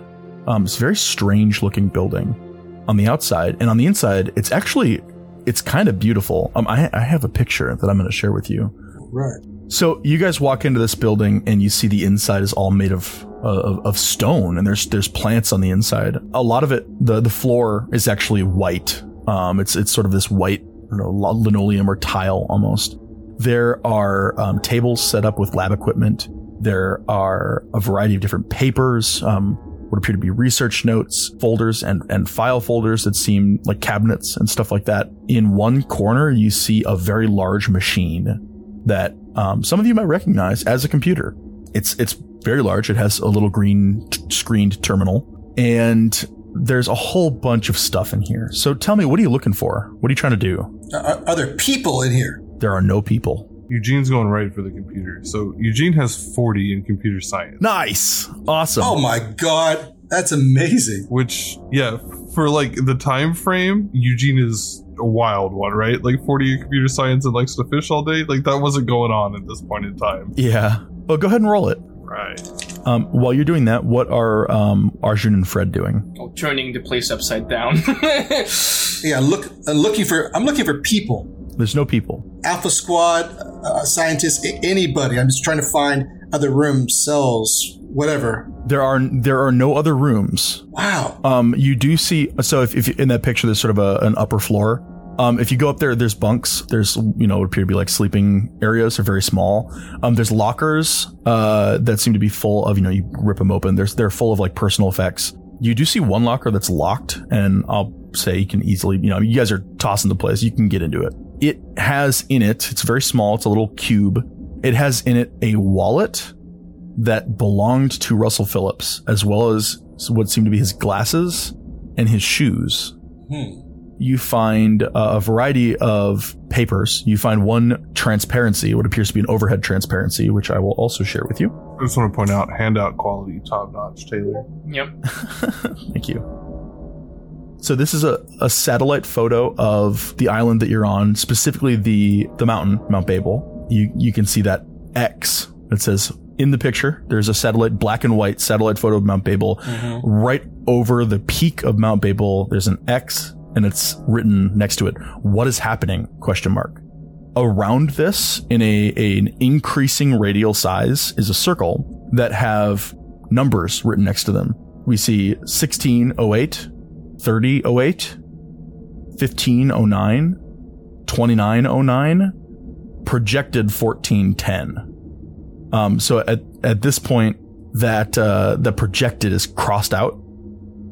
Um, it's a very strange looking building on the outside, and on the inside, it's actually it's kind of beautiful. Um, I, I have a picture that I'm going to share with you.
Right.
So you guys walk into this building and you see the inside is all made of uh, of, of stone and there's there's plants on the inside. A lot of it the the floor is actually white. Um, it's it's sort of this white you know, lin- linoleum or tile almost. There are um, tables set up with lab equipment. There are a variety of different papers, um, what appear to be research notes, folders, and, and file folders that seem like cabinets and stuff like that. In one corner, you see a very large machine that um, some of you might recognize as a computer. It's it's very large. It has a little green t- screened terminal, and there's a whole bunch of stuff in here. So tell me, what are you looking for? What are you trying to do?
Are, are- are there people in here?
There are no people.
Eugene's going right for the computer. So Eugene has 40 in computer science.
Nice, awesome.
Oh my god, that's amazing.
Which, yeah, for like the time frame, Eugene is a wild one, right? Like 40 year computer science and Lex to fish all day. Like that wasn't going on at this point in time.
Yeah. Well, go ahead and roll it.
Right.
Um, while you're doing that, what are um, Arjun and Fred doing?
Oh, turning the place upside down.
Yeah, look, uh, looking for. I'm looking for people.
There's no people.
Alpha Squad, uh, scientists, a- anybody. I'm just trying to find other rooms, cells, whatever.
There are there are no other rooms.
Wow.
Um, you do see so if, if in that picture there's sort of a, an upper floor. Um, if you go up there, there's bunks. There's you know what appear to be like sleeping areas. They're very small. Um, there's lockers uh, that seem to be full of you know you rip them open. There's they're full of like personal effects. You do see one locker that's locked, and I'll say you can easily you know you guys are tossing the place. You can get into it. It has in it. It's very small. It's a little cube. It has in it a wallet that belonged to Russell Phillips, as well as what seemed to be his glasses and his shoes. You find uh, a variety of papers. You find one transparency, what appears to be an overhead transparency, which I will also share with you.
I just want to point out handout quality, top notch, Taylor.
yep.
Thank you. So this is a, a satellite photo of the island that you're on, specifically the the mountain, Mount Babel. You you can see that X that says in the picture. There's a satellite black and white satellite photo of Mount Babel. Right over the peak of Mount Babel, there's an X and it's written next to it. What is happening? Question mark. Around this, in a, a- an increasing radial size, is a circle that have numbers written next to them. We see 1608, 3008, 1509, 2909, projected 1410. Um, so at, at this point, that uh, the projected is crossed out,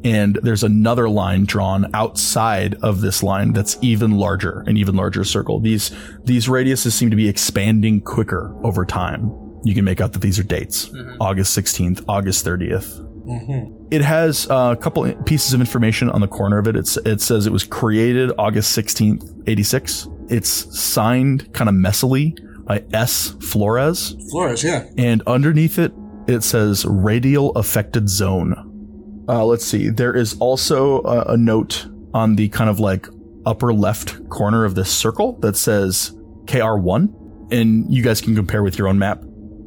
and there's another line drawn outside of this line that's even larger, an even larger circle. These these radiuses seem to be expanding quicker over time. You can make out that these are dates: August 16th, August 30th, it has uh, a couple pieces of information on the corner of it. It's, it says it was created August 16th, 86. It's signed kind of messily by S. Flores.
Flores, yeah.
And underneath it, it says radial affected zone. Uh, let's see. There is also a, a note on the kind of like upper left corner of this circle that says KR1. And you guys can compare with your own map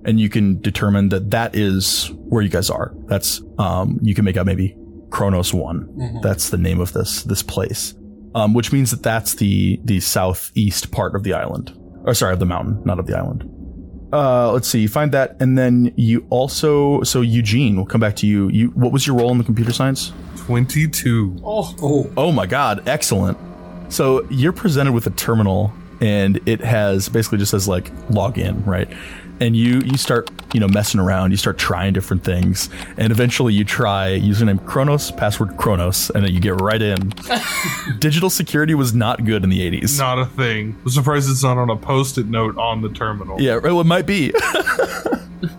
and you can determine that that is where you guys are. That's, um, you can make out maybe Kronos one That's the name of this, this place. Um, which means that that's the, the southeast part of the island. Or sorry, of the mountain, not of the island uh let's see you find that and then you also so eugene we'll come back to you you what was your role in the computer science
22.
oh my god excellent so you're presented with a terminal and it has basically just says like log in right and you you start you know messing around you start trying different things and eventually you try username chronos password chronos and then you get right in digital security was not good in the 80s
Not a thing. I'm surprised it's not on a post it note on the terminal.
Yeah, well, it might be.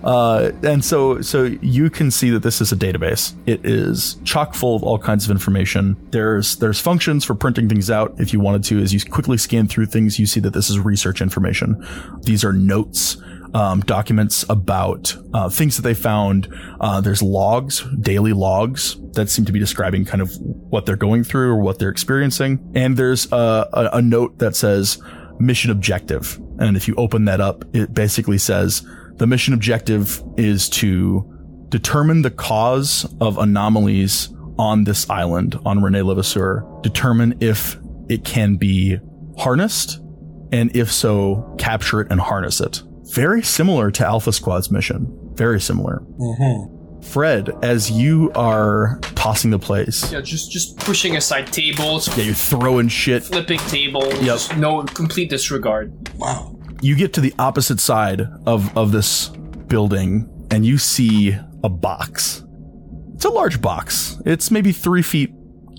uh, and so, so you can see that this is a database. It is chock full of all kinds of information. There's there's functions for printing things out if you wanted to. As you quickly scan through things, you see that this is research information. These are notes. Um, documents about uh, things that they found. Uh, there's logs, daily logs that seem to be describing kind of what they're going through or what they're experiencing. And there's a, a, a note that says, mission objective. And if you open that up, it basically says the mission objective is to determine the cause of anomalies on this island, on Rene Levasseur, determine if it can be harnessed, and if so, capture it and harness it. Very similar to Alpha Squad's mission. Very similar. Fred, as you are tossing the place,
Yeah, just just pushing aside tables,
yeah, you're throwing shit.
flipping tables. Just no complete disregard.
Wow.
you get to the opposite side of of this building and you see a box it's a large box it's maybe three feet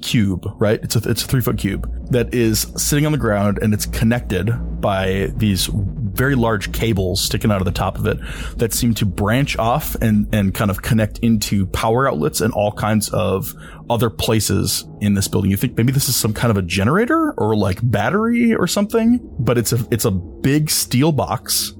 cube right it's a it's a three foot cube that is sitting on the ground and it's connected by these very large cables sticking out of the top of it that seem to branch off and and kind of connect into power outlets and all kinds of other places in this building you think maybe this is some kind of a generator or like battery or something but it's a it's a big steel box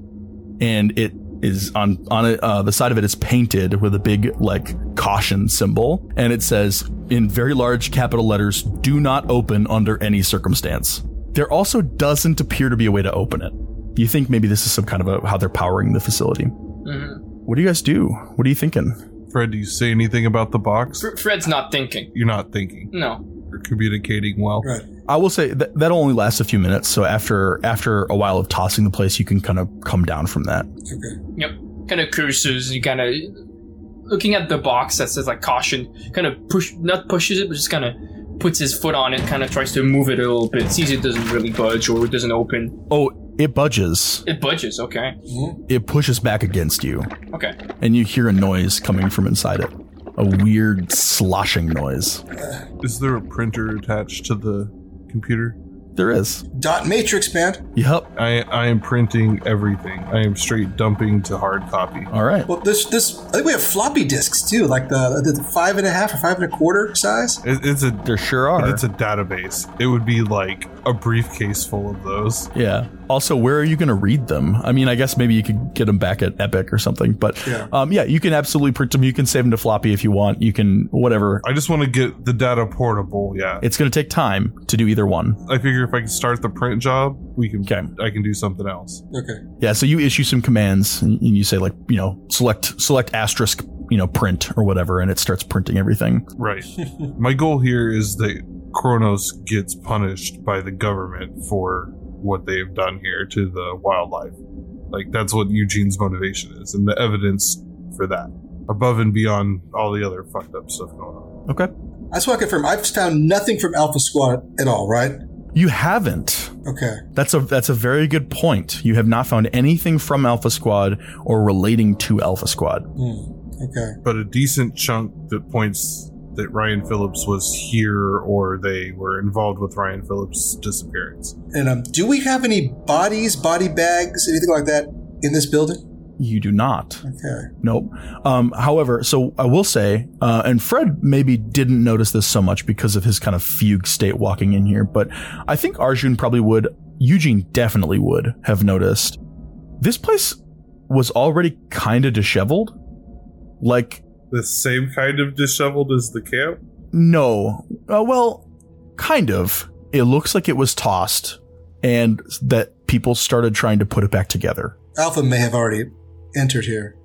and it is on on it, uh, the side of it is painted with a big like caution symbol, and it says in very large capital letters, "Do not open under any circumstance." There also doesn't appear to be a way to open it. You think maybe this is some kind of a, how they're powering the facility. What do you guys do? What are you thinking?
Fred, do you say anything about the box?
Fr- Fred's not thinking.
You're not thinking.
No.
You're communicating well.
Right.
I will say that that'll only last a few minutes. So after after a while of tossing the place, you can kind of come down from that.
Okay.
Yep. Kind of curses. You kind of looking at the box that says like caution. Kind of push, not pushes it, but just kind of puts his foot on it. Kind of tries to move it a little bit. Sees it doesn't really budge or it doesn't open.
Oh, it budges.
It budges. Okay.
It pushes back against you,
Okay.
and you hear a noise coming from inside it. A weird sloshing noise.
Is there a printer attached to the computer?
There is.
Dot matrix, man.
Yep.
I, I am printing everything. I am straight dumping to hard copy.
All right.
Well, this this I think we have floppy disks too, like the, the five and a half or five and a quarter size.
It, it's a
There sure are.
it's a database. It would be like a briefcase full of those.
Yeah. Also, where are you going to read them? I mean, I guess maybe you could get them back at Epic or something. But
Yeah.
um, yeah you can absolutely print them. You can save them to floppy if you want. You can whatever.
I just want to get the data portable. Yeah.
It's going to take time to do either one.
I figure if I can start the print job, we can.
Okay.
I can do something else.
Okay.
Yeah. So you issue some commands and and you say like you know select select asterisk you know print or whatever, and it starts printing everything.
Right. My goal here is that Kronos gets punished by the government for what they've done here to the wildlife. Like that's what Eugene's motivation is, and the evidence for that, above and beyond all the other fucked up stuff going on.
Okay.
I just want to confirm. I've found nothing from Alpha Squad at all, right?
You haven't.
Okay.
That's a that's a very good point. You have not found anything from Alpha Squad or relating to Alpha Squad.
Hmm. Okay.
But a decent chunk that points that Ryan Phillips was here or they were involved with Ryan Phillips' disappearance.
And um, do we have any bodies, body bags, anything like that in this building?
You do not.
Okay.
Nope. Um, however, so I will say, uh, and Fred maybe didn't notice this so much because of his kind of fugue state walking in here, but I think Arjun probably would, Eugene definitely would have noticed. This place was already kind of disheveled. Like,
The same kind of disheveled as the camp?
no. Uh, well, kind of. It looks like it was tossed and that people started trying to put it back together.
Alpha may have already entered here.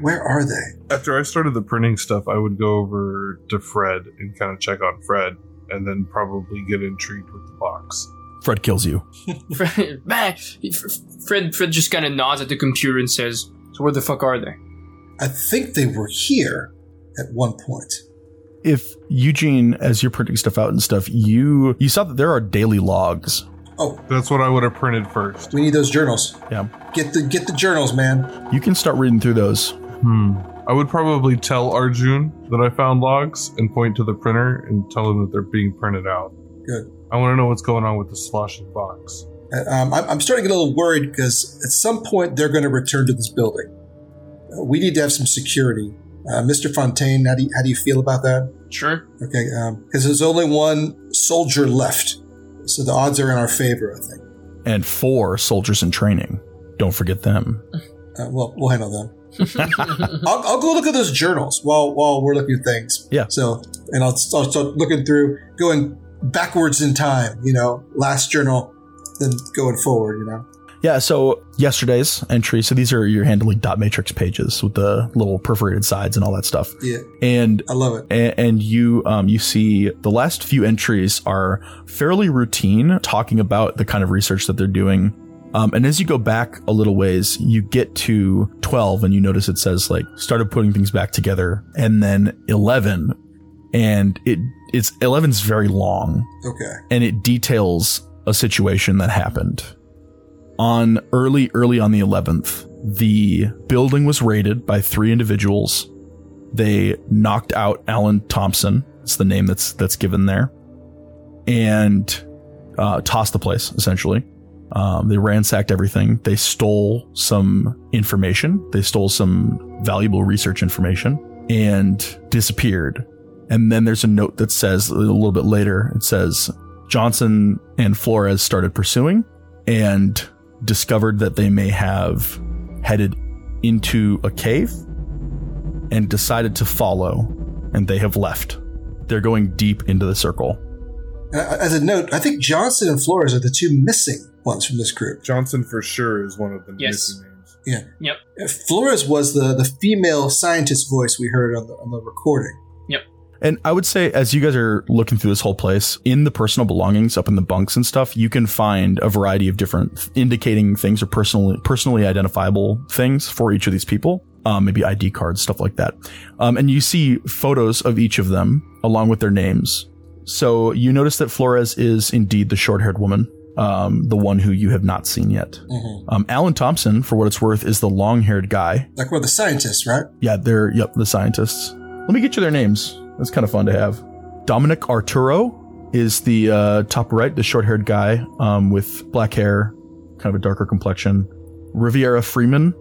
Where are they?
After I started the printing stuff, I would go over to Fred and kind of check on Fred and then probably get intrigued with the box.
Fred kills you.
Fred, bah, Fred, Fred just kind of nods at the computer and says, "So where the fuck are they?"
I think they were here at one point.
if Eugene, as you're printing stuff out and stuff, you you saw that there are daily logs.
Oh,
That's what I would have printed first.
we need those journals.
Yeah,
Get the get the journals, man.
you can start reading through those.
Hmm. I would probably tell Arjun that I found logs and point to the printer and tell him that they're being printed out.
Good.
I want to know what's going on with the sloshing box.
Uh, Um, I'm, I'm starting to get a little worried because at some point they're going to return to this building. Uh, we need to have some security. Uh, Mr. Fontaine, how do, you, how do you feel about that?
Sure.
Okay, because there's only one soldier left, so the odds are in our favor. I think.
And four soldiers in training. Don't forget them.
Uh, well, we'll handle them. I'll, I'll go look at those journals while while we're looking at things.
Yeah.
So, and I'll, I'll start looking through, going backwards in time. You know, last journal, then going forward. You know.
Yeah. So yesterday's entry. So these are your handling dot matrix pages with the little perforated sides and all that stuff.
Yeah,
And
I love it.
a- and you um, you see the last few entries are fairly routine, talking about the kind of research that they're doing. Um, and as you go back a little ways, you get to 12 and you notice it says like started putting things back together and then 11 and it it's 11's very long
Okay.
and it details a situation that happened. On early, early on the 11th, the building was raided by three individuals. They knocked out Alan Thompson. It's the name that's that's given there, and uh, tossed the place essentially. Um, they ransacked everything. They stole some information. They stole some valuable research information and disappeared. And then there's a note that says a little bit later. It says Johnson and Flores started pursuing and discovered that they may have headed into a cave and decided to follow, and they have left. They're going deep into the circle.
Uh, As a note, I think Johnson and Flores are the two missing ones from this group.
Johnson for sure is one of the
Yes.
missing names.
Yeah.
Yep.
Uh, Flores was the, the female scientist voice we heard on the, on the recording.
And I would say, as you guys are looking through this whole place, in the personal belongings, up in the bunks and stuff, you can find a variety of different indicating things or personally personally identifiable things for each of these people. Um, maybe ID cards, stuff like that. Um, and you see photos of each of them along with their names. So you notice that Flores is indeed the short-haired woman, um, the one who you have not seen yet. Um, Alan Thompson, for what it's worth, is the long-haired guy.
Like we're the scientists, right?
Yeah, they're yep, the scientists. Let me get you their names. That's kind of fun to have. Dominic Arturo is the uh, top right, the short-haired guy um, with black hair, kind of a darker complexion. Riviera Freeman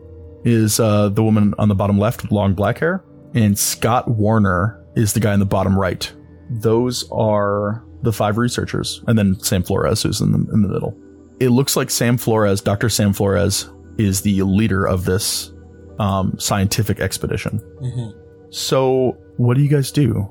is uh, the woman on the bottom left with long black hair, and Scott Warner is the guy in the bottom right. Those are the five researchers, and then Sam Flores who's in the, in the middle. It looks like Sam Flores, Dr. Sam Flores, is the leader of this um, scientific expedition. So, what do you guys do?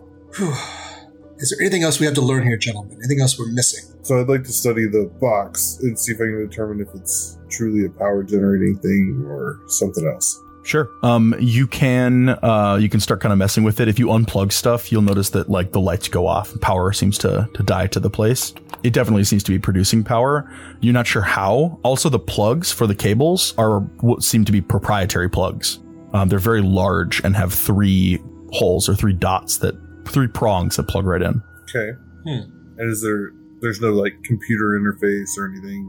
Is there anything else we have to learn here, gentlemen? Anything else we're missing?
So I'd like to study the box and see if I can determine if it's truly a power generating thing or something else.
Sure. Um, you can uh, you can start kind of messing with it. If you unplug stuff, you'll notice that like the lights go off. Power seems to to die to the place. It definitely seems to be producing power. You're not sure how. Also, the plugs for the cables are what seem to be proprietary plugs. Um, they're very large and have three holes or three dots that three prongs that plug right in.
Okay. And is there there's no like computer interface or anything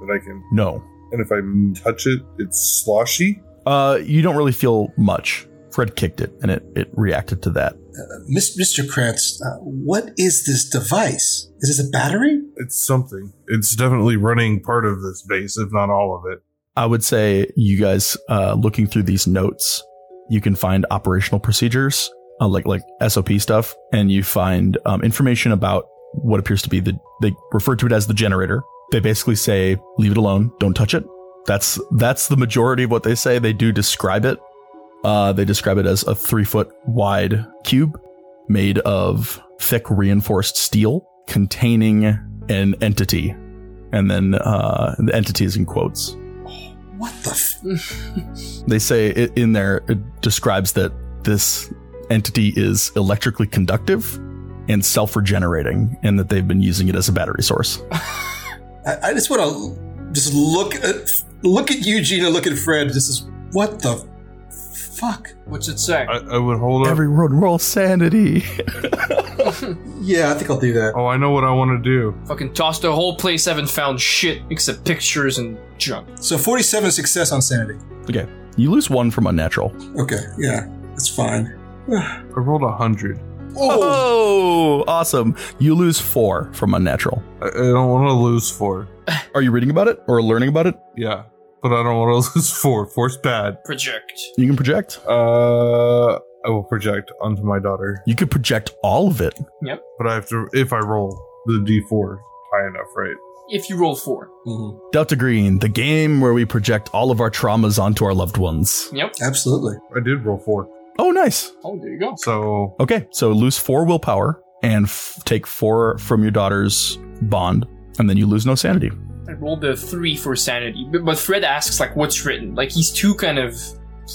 that I can
No,
and if I m- touch it, it's sloshy?
uh, you don't really feel much. Fred kicked it, and it it reacted to that.
Uh, Mis- Mr. Krantz, uh, what is this device? Is this a battery?
It's something. It's definitely running part of this base, if not all of it.
I would say you guys uh, looking through these notes, you can find operational procedures, uh, like like SOP stuff, and you find um, information about what appears to be the they refer to it as the generator. They basically say leave it alone, don't touch it. That's that's the majority of what they say. They do describe it. Uh, they describe it as a three foot wide cube made of thick reinforced steel containing an entity, and then uh, the entity is in quotes
What the f-
they say i in there it describes that this entity is electrically conductive and self-regenerating and that they've been using it as a battery source
I, I just want to just look at look at Eugene and look at Fred. This is what the fuck.
What's it say?
I, I would hold up.
everyone roll sanity
Yeah, I think I'll do that.
oh, I know what I want to do.
Fucking tossed the whole place. Haven't found shit except pictures and junk.
So forty-seven success on sanity.
okay you lose one from unnatural
Okay, yeah, that's fine.
I rolled a hundred.
Oh,
oh awesome you lose four from unnatural
I, I don't want to lose four.
are you reading about it or learning about it
Yeah, but I don't want to lose four. Four's bad.
Project.
you can project
Uh, I will project onto my daughter,
you could project all of it
but I have to if I roll the d4 high enough, right?
If you roll four.
Mhm,
delta green the game where we project all of our traumas onto our loved ones
Yep.
absolutely.
I did roll four,
oh nice
Oh, there you go.
so
Okay, so lose four willpower and f- take four from your daughter's bond, and then you lose no sanity.
I rolled a three for sanity. But, but Fred asks like, what's written? Like he's too kind of.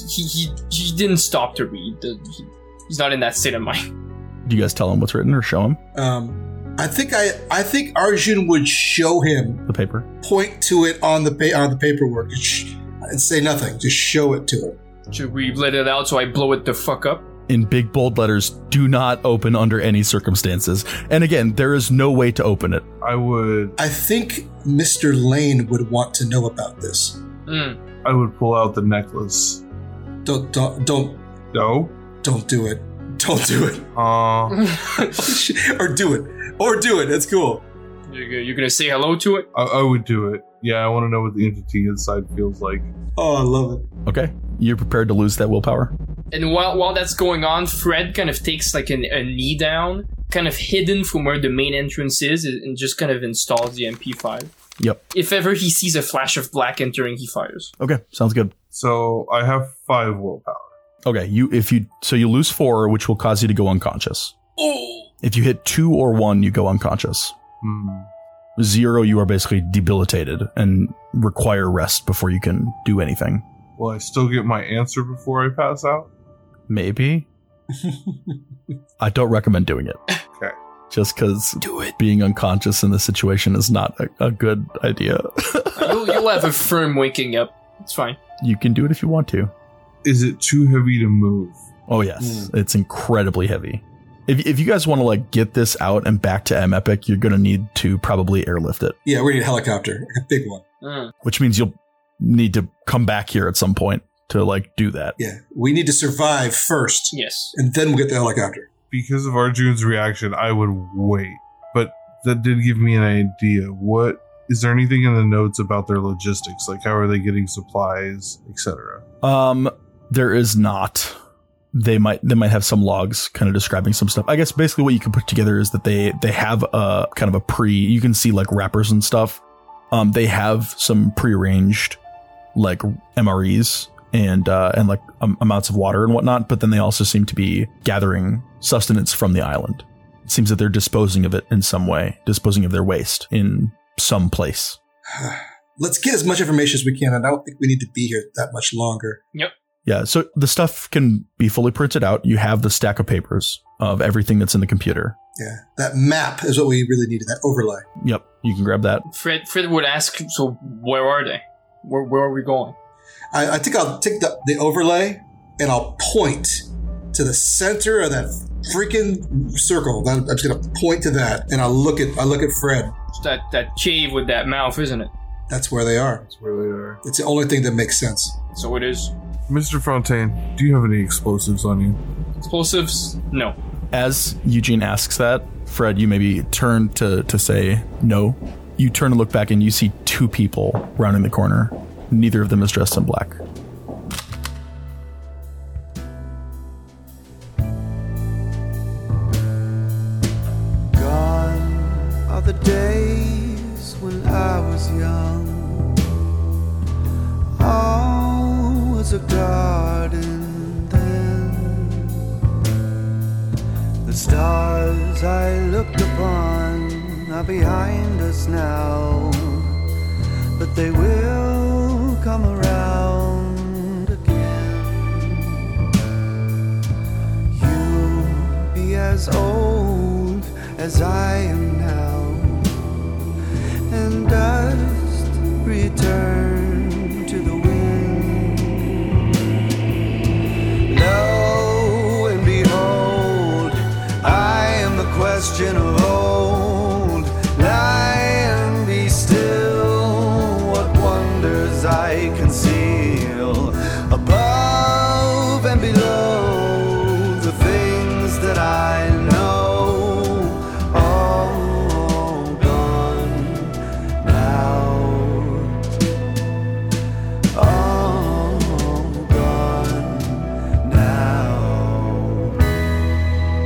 He he he didn't stop to read. The- he- he's not in that state of mind.
Do you guys tell him what's written or show him
Um, I think I I think Arjun would show him,
the paper?
point to it on the pa- on the paperwork, and, sh- and say nothing. Just show it to him.
Should we let it out so I blow it the fuck up?
In big bold letters, do not open under any circumstances. And again, there is no way to open it.
I would
I think Mr. Lane would want to know about this.
Mm.
I would pull out the necklace.
Don't don't don't
No,
don't do it. Don't do it.
Mm-hmm.
uh,
or do it. Or do it. That's cool.
You're, gonna- you're gonna say hello to it.
I, I would do it. Yeah, I want to know what the entity inside feels like.
Oh, I love it.
Okay, you're prepared to lose that willpower.
And while while that's going on, Fred kind of takes like an, a knee down, kind of hidden from where the main entrance is, and just kind of installs the MP5.
Yep.
If ever he sees a flash of black entering, he fires.
Okay. Sounds good.
So I have five willpower.
Okay. You if you so you lose four, which will cause you to go unconscious. If you hit two or one, you go unconscious.
Hmm.
Zero, you are basically debilitated and require rest before you can do anything.
Will I still get my answer before I pass out?
Maybe. I don't recommend doing it.
Okay.
Just because being unconscious in this situation is not a, a good idea.
You'll, you'll have a firm waking up. It's fine.
you can do it if you want to.
Is it too heavy to move?
Oh yes, it's incredibly heavy. If, if you guys want to like get this out and back to M Epic, you're gonna need to probably airlift it,
Yeah, we need a helicopter, a big one.
Mm.
which means you'll need to come back here at some point to like do that.
Yeah, we need to survive first,
Yes.
and then we'll get the helicopter.
Because of Arjun's reaction, I would wait. But that did give me an idea. What is there anything in the notes about their logistics? Like how are they getting supplies, etc.?
Um, there is not. They might they might have some logs kind of describing some stuff. I guess basically what you can put together is that they they have a kind of a pre. You can see like wrappers and stuff. Um, they have some prearranged like MREs and uh, and like um, amounts of water and whatnot. But then they also seem to be gathering sustenance from the island. It seems that they're disposing of it in some way, disposing of their waste in some place.
Let's get as much information as we can, and I don't think we need to be here that much longer.
Yeah, so the stuff can be fully printed out. You have the stack of papers of everything that's in the computer.
Yeah, that map is what we really needed. That overlay.
Yep, you can grab that.
Fred Fred would ask, so where are they? Where, where are we going?
I, I think I'll take the, the overlay and I'll point to the center of that freaking circle. I'm, I'm just gonna point to that, and I'll look at I look at Fred.
It's that, that cave with that mouth, isn't it?
That's where they are.
That's where they are.
It's the only thing that makes sense.
So it is.
Mr. Fontaine, do you have any explosives on you?
Explosives? No.
As Eugene asks that, Fred, you maybe turn to, to say no. You turn and look back, and you see two people rounding the corner. Neither of them is dressed in black.
Gone are the days when I was young. All was a garden then. The stars I looked upon are behind us now, but they will come around again. You'll be as old as I am now, and dust return to the wind. Lo and behold, I am the question of old. Lie and be still, what wonders I conceal. Above and below, the things that I know, all gone now. All gone now.